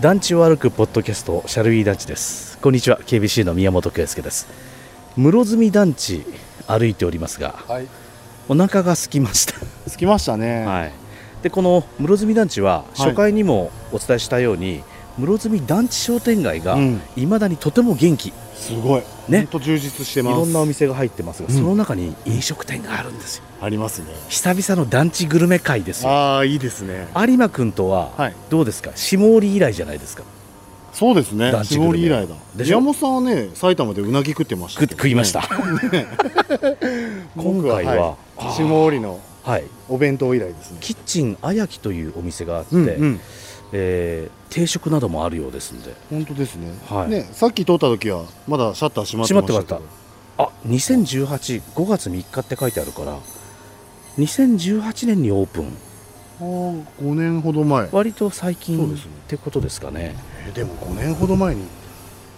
団地を歩くポッドキャストシャルウィー団地ですこんにちは KBC の宮本圭介です室積団地歩いておりますがはい。お腹が空きました着きましたね。はい、でこの室積団地は初回にもお伝えしたように、室積団地商店街がうんいまだにとても元気、いすごい。ねほんと充実してます。ろんなお店が入ってますが、うんその中に飲食店があるんですよありますね。久々の団地グルメ会ですよああいいですね。有馬君とははいどうですか、下織以来じゃないですかそうですね団。地グル絞メり以来だ。でしょ宮本さんはね埼玉でうなぎ食ってました食けっどね、食いました、今 僕回は、はあーい、絞りのはい、お弁当以来ですね。キッチンあやきというお店があって、うん。えー定食などもあるようですんで本当ですね。はいねさっき通った時はまだシャッター閉まってましたけど。閉まってあ20185月3日って書いてあるから2018年にオープンあー5年ほど前。割と最近そうですねってことですかねえでも5年ほど前に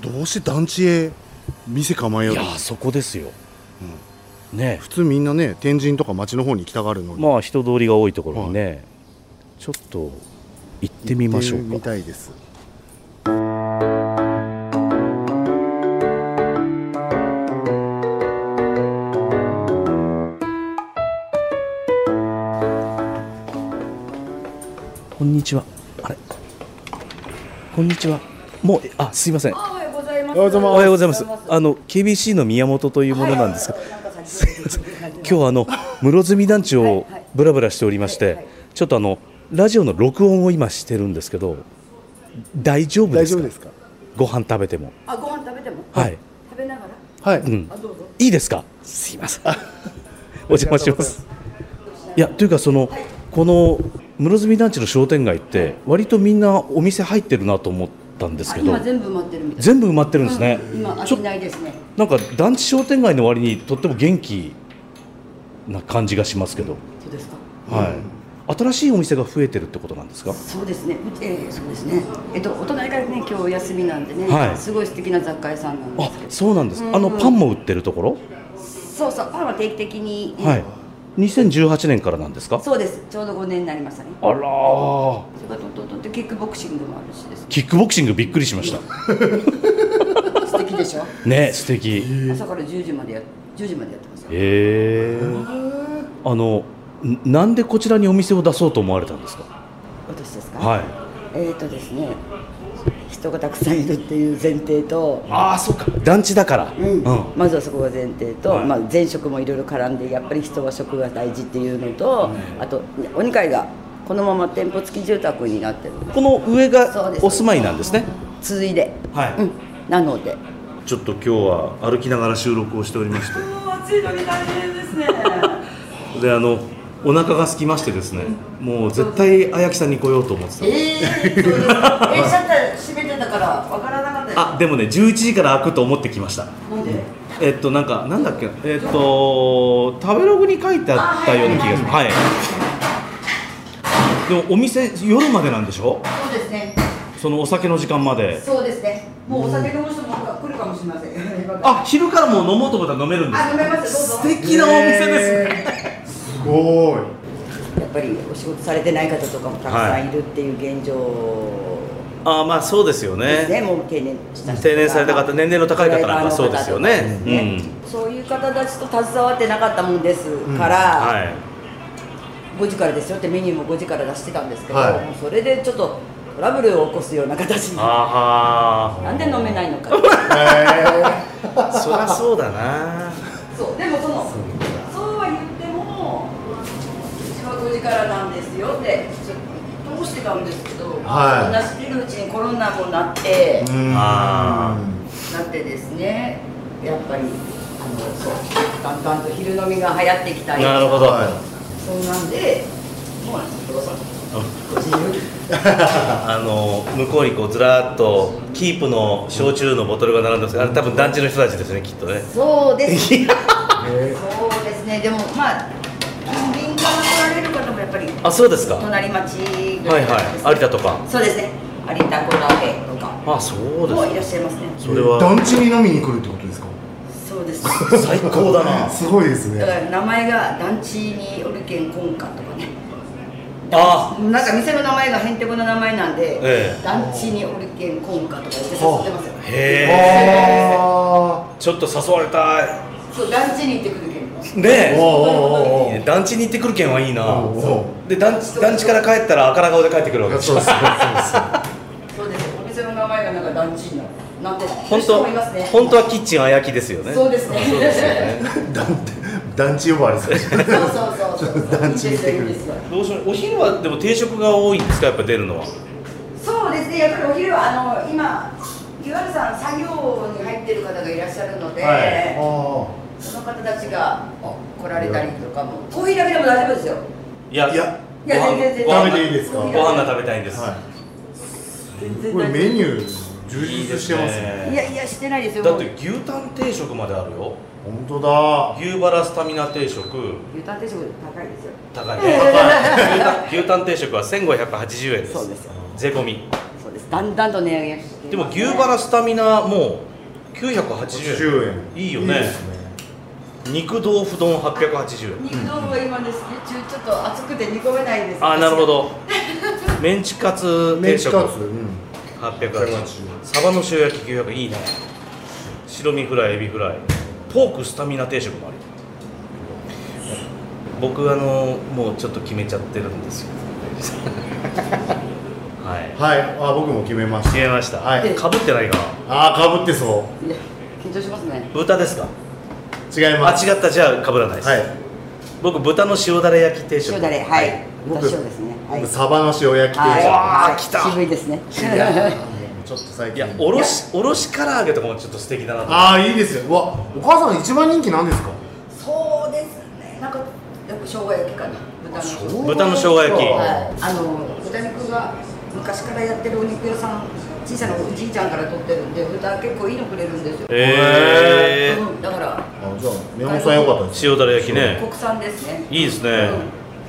どうして団地へ店構えいようやと。ーそこですようんね普通みんなね天神とか町の方に行きたがるのに。まあ人通りが多いところにね、ちょっと行ってみましょ行ってうみかたいです。こんにちはあれこんにちはもうえあすいませんおはようございます。おはようございおはようございますあの、の KBC の宮本というものなんですが、すいません。今今日はあの室積団地をはいはいブラブラしておりまして、はいはいちょっとあのラジオの録音を今してるんですけど大丈夫で大す丈か夫ですか。ご飯食べてもあ、ご飯食べても。はい。食べながら。はい。うんあ、どうぞ。いいですかすいませんお邪魔しますいやというかそのこの室積団地の商店街って割とみんなお店入ってるなと思ったんですあけど今全部待ってるみたい。全部埋まってるんですね、うん今、飽ちょきないですね。なんか団地商店街の割にとっても元気な感じがしますけど、そうですか。はい、新しいお店が増えてるってことなんですかそうですね。えー、そうですね。えっと、お隣からね、今日お休みなんでね。はいすごい素敵な雑貨屋さんなんであすけど。そうなんです、うんあのパンも売ってるところ、そうそう、パンは定期的に。はい2018年からなんですかそうです。ちょうど五年になりましたね。あらーそれから、とっとっとって、キックボクシングもあるしです。キックボクシングびっくりしました素敵でしょね素敵朝から十時までや、十時までやってますよ。へえあのんなんでこちらにお店を出そうと思われたんですか私ですか。はいえーとですね、人がたくさんいるっていう前提と、ああそうか団地だからうんまずはそこが前提と、はいまあ、前職もいろいろ絡んでやっぱり人は食が大事っていうのと、あとお二階がこのまま店舗付き住宅になってるこの上そうがですお住まいなんですね続いで、はいうん、なのでちょっと今日は歩きながら収録をしておりまして暑いのに大変ですね であのお腹が空きましてですねもう絶対あやきさんに来ようと思ってえー、そうですかえシャッター閉めてたからわからなかったたあでもね11時から開くと思ってきましたなんでえっとなんかなんだっけえっと食べログに書いてあったような気がするはいでもお店夜までなんでしょそうですねそのお酒の時間までそうですねもうお酒飲む人も来るかもしれませんあ昼からもう飲もうと思ったら飲めるんですあ飲めますどうぞ素敵なお店ですね、すごい。やっぱりお仕事されてない方とかもたくさんいるっていう現状あまあそうですよねですね、もう定年した人とか定年された方年齢の高い方なんかドライバーのそうですよね方とかですねそういう方たちと携わってなかったもんですから、はい5時からですよってメニューも5時から出してたんですけど、はいもうそれでちょっとトラブルを起こすような形になあんで飲めない のかあそりゃそうだなそうでもそのそうは言っても仕事時からなんですよってちょっと通してたんですけど、はい同じのうちにコロナもなって、うんあなってですねやっぱりあのそうだんだんと昼飲みが流行ってきたりなるほどはそうなんでもうどうぞご自由にあの向こうにこうずらーっとキープの焼酎のボトルが並んでますけどあれ多分団地の人たちですねきっとねそうですいやそうですねでもまあ近隣から来られる方もやっぱりあそうですかはい隣町ぐらいですねはい有田とかそうですね有田小竹とかあそうもいでらっしゃいますねすい。それは団地に飲みに来るってことですか。そうで す最高だなすごいですだかね。ら名前が団地におるけんこんかとかねあなんか店の名前がへんてこな名前なんで、ええ団地にオリケンコンカとか言って誘ってますよ、へえあちょっと誘われたそう団地に行ってくるけんいねーえおーおーおーいいね団地に行ってくる件はいいなおーおで団地団地から帰ったら赤ら顔で帰ってくるわけーでしょそうそうそうそうそうですお店の名前がなんか団地になるなんて本そう当いう人もいますね本当はキッチンあやきですよねそうですねそうですよね団団地呼ばわりされてるそうそうそうそう団地に行ってくるいいんですよいいんですよどうしようお昼はでも定食が多いんですかやっぱ出るのはそうですねやっぱりお昼はあの今 UR さん作業に入ってる方がいらっしゃるので、はいあその方たちが来られたりとかもコーヒーだけでも大丈夫ですよいやいやいや全然全然ご飯食べていいですかご飯が食べたいんです、あは全い然これ大丈夫メニュー充いいで実しすてねますねいやいやしてないですよだって牛タン定食まであるよ本当だ牛バラスタミナ定食牛タン定食高いですよ高いね牛タン牛タン定食は1580円ですそうですよ税込みそうですだんだんと値上げしてでも牛バラスタミナもう980 10円円いいよねですね肉豆腐丼880円肉豆腐は今ですね中ちょっと熱くて煮込めないんですあーなるほ どメンチカツメ定ンチ食カツ、うん、 880円180サバの塩焼き900円いいね白身フライエビフライポークスタミナ定食もあるよ僕あのもうちょっと決めちゃってるん ですよはいはいあ僕も決めまし決ためました、はいかぶってないかあーかぶってそいや緊張しますねな豚ですかう違いあます違ったじゃあかぶらないです、はい僕豚の塩だれ焼き定食塩だれはい豚僕塩ですねはい僕サバの塩焼きう定食、わーはい来た渋いですね いやもうちょっと最近いやおろしおろし唐揚げとかもちょっと素敵だなとああいいですようわお母さん一番人気なんですかそうですねなんかよく生姜焼きかな豚の豚の生姜焼きはい、あの豚肉が昔からやってるお肉屋さん小さなおじいちゃんから取ってるんで豚結構いいのくれるんですよ、えーうんだからあじゃあ宮本さんよかったです塩だれ焼きね国産ですねいいですね、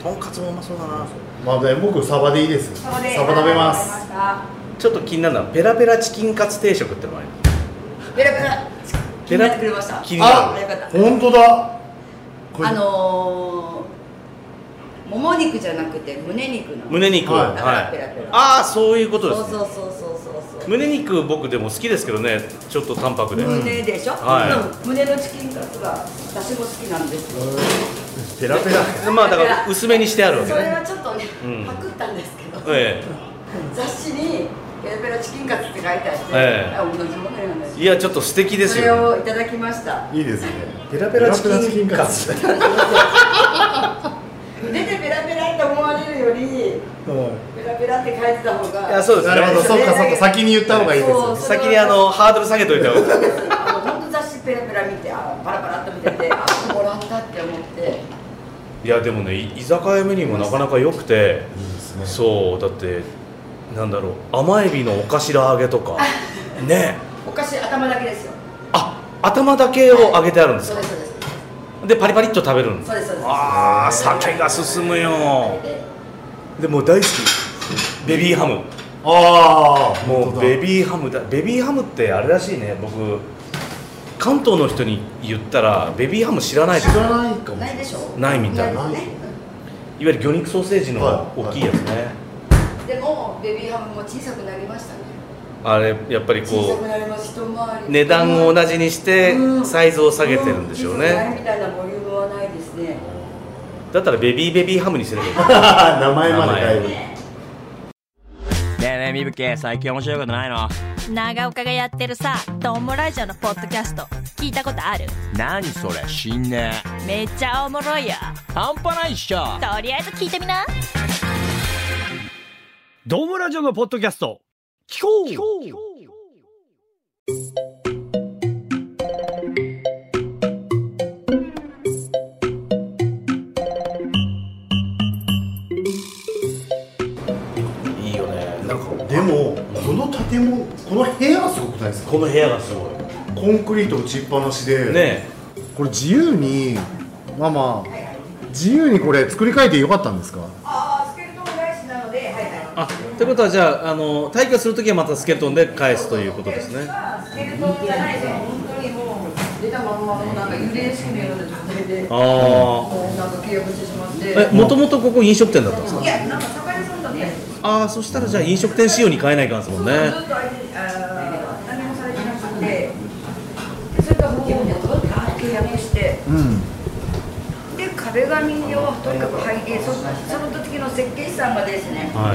とんかつもうまそうだなまあで僕サバでいいですサバで食べますわかちょっと気になるのはペラペラチキンカツ定食ってのもあるりましたペラペラ気になってくれました気になあるよかった本当だこれあのー、もも肉じゃなくて胸肉の胸肉はいペラペラああそういうことそでうすそうねそうそうそう胸肉僕でも好きですけどねちょっと淡白で、胸でしょ、はうん胸のチキンカツが私も好きなんですよペラペラまあだから薄めにしてあるわけそれねはちょっとね、うんパクったんですけど、え雑誌にペラペラチキンカツって書いてあって、ええあ同じものなんですえいやちょっと素敵ですそれよ、をいただきましたいいですねペラペラチキンカツツ出てペラペラって思われるよりうんペラペラって書いてた方がいやそうですなるほどそうかそうか先に言った方がいいですそよう先にあのハードル下げといた方があの本当雑誌ペラペラ見てあパラパラっと見ててあもらったって思っていやでもねい居酒屋メニューもなかなか良くていいですねそうだってなんだろう甘エビのお頭揚げとか ねえお菓子頭だけですよあ頭だけを揚げてあるんですそうかですそうですでパリパリっと食べるんですそうですそうですああ酒が進むよででもう大好きベビーハムああもうベビビーハムだベビーハムってあれらしいね僕関東の人に言ったらベビーハム知らない知といわらないかもないでしょないみたいなですねゆる魚肉ソーセージのはい大きいやつね、でもベビーハムも小さくなりましたねあれやっぱり小さこくなります一回うり値段を同じにしてうんサイズを下げてるんでしょう小さくなるねみたいなボリュームはないですねだったらベビーベビーハムにすればいい 名前までだいぶねえねえみぶけ最近面白いことないの長岡がやってるさ「ドンモラジオ」のポッドキャスト聞いたことある何それ死んねめっちゃおもろいよえ半端ないっしょとりあえず聞いてみなドームラジオのポッドキャスト聞こう聞こいいよねなんかでもこの建物この部屋はすごくないですかこの部屋がすごいコンクリート打ちっぱなしでねこれ自由にまあまあ自由にこれ作り変えてよかったんですかああスケルトン返しなのではいはいあってことはじゃああの退去するときはまたスケルトンで返すということですねスケルトンじゃないですよ本当にもう出たまんまのなんか幽霊式のような状態ででもうあなんか契約してしまってあもともとここ飲食店だったんですかいやなんか酒屋さんだねああそしたらじゃあ飲食店仕様に変えないかんですもんねずっとあれあー何もされてなくてそれからもう契約してうんで壁紙をとにかく剥いてそその時の設計士さんがですね、は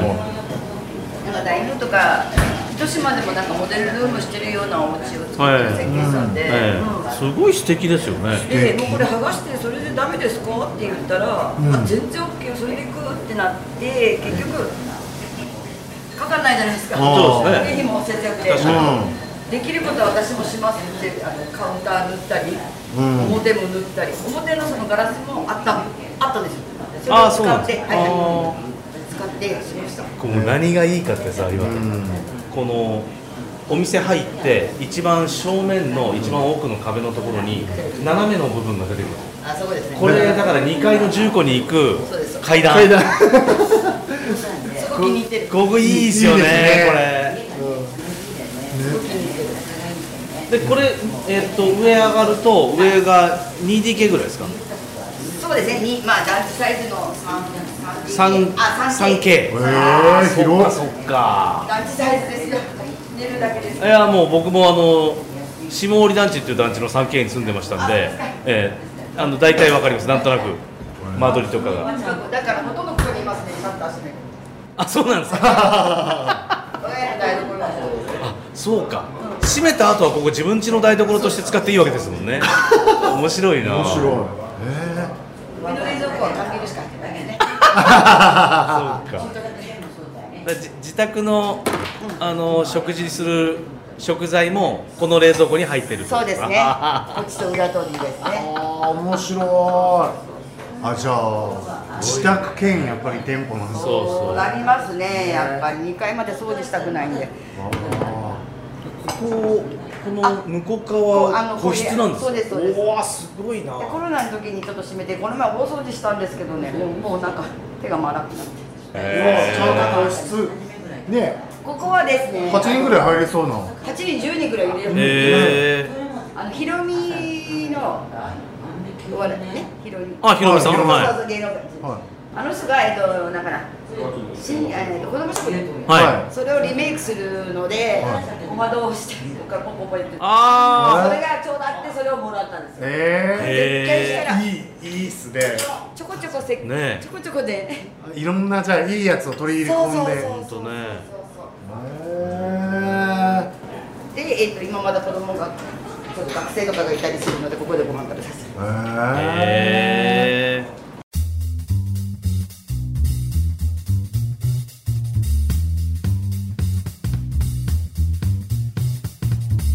なんか大名とか糸島でもなんかモデルルームしてるようなお家を作ってる設計士さんで、い、ええすごい素敵ですよねでもうこれ剥がしてそれでダメですかって言ったら、んあ全然 OK よそれで行くってなって結局かかんないじゃないですかそうですね経費も節約で確かにできることは私もしますってあのカウンター塗ったり、うん表も塗ったり表のそのガラスもあったあったんですよそれあをあそう使なんっですてかはいあはあい使ってしましたこう何がいいかってさ今、このお店入って一番正面の一番奥の壁のところに斜めの部分が出てくるあそこですねこれだから2階の住戸に行くそうです階段階段すごく気に入ってるここいいですよねいいですねこれでこれ、えっと上上がると上が 2DK ぐらいですかそうですねにまあランチサイズの三三あ 3K ええー、広そっっかランチサイズですよ寝るだけですいやもう僕もあの下織団地っていう団地の 3K に住んでましたんで、ええあの大体わかりますなんとなく間取りとかが近くだからほとんどここにいますねシャッター閉めるあそうなんですか親の台所もそうですあそうか閉めた後はここ自分家の台所として使っていいわけですもんね面白いな面そう白いえ上の冷蔵庫は缶ビールしか開けない ねかだじ自宅のあの食事する食材もこの冷蔵庫に入ってるそうですねこっちと裏通りですー、ねあー面白いあじゃあ自宅兼やっぱり店舗なんですねそうそうなりますねやっぱり2階まで掃除したくないんであこここの向こう側あ個室なんですかそうですそうですうわすごいなでコロナの時にちょっと閉めてこの前大掃除したんですけどねもうもうなんか手が回らなくなってーうわちゃんとなんか個室ねここはですね8人ぐらい入れそうな8人10人ぐらい入れるんですえーあのヒロミのお笑いねヒロミあ、ひろみさん、はいそはうそう芸能界はあの人がえっとなんかな新えっと子供食い。堂はい。はそれをリメイクするのでは小窓をして僕はポンポンポンやってあそれがちょうどあってそれをもらったんですよえ絶対したらー、いいいいっすねちょこちょこせっねえちょこちょこでいろんなじゃあいいやつを取り入れそう込そんうでそへうほんとねーでえっと今まだ子供がちょっと学生とかがいたりするのでここでご飯食べさせるへーー。え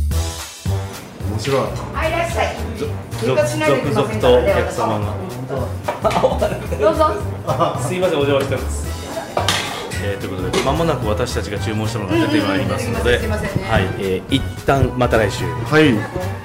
面白いはいいらっしゃいー。入続荷しないでくださ々いとお客様が。どうぞすいません、お邪魔してます。えー、ということで、まもなく私たちが注文したものが出てまいりますので、うんうんうんすいませんねはい、えー、一旦また来週。はい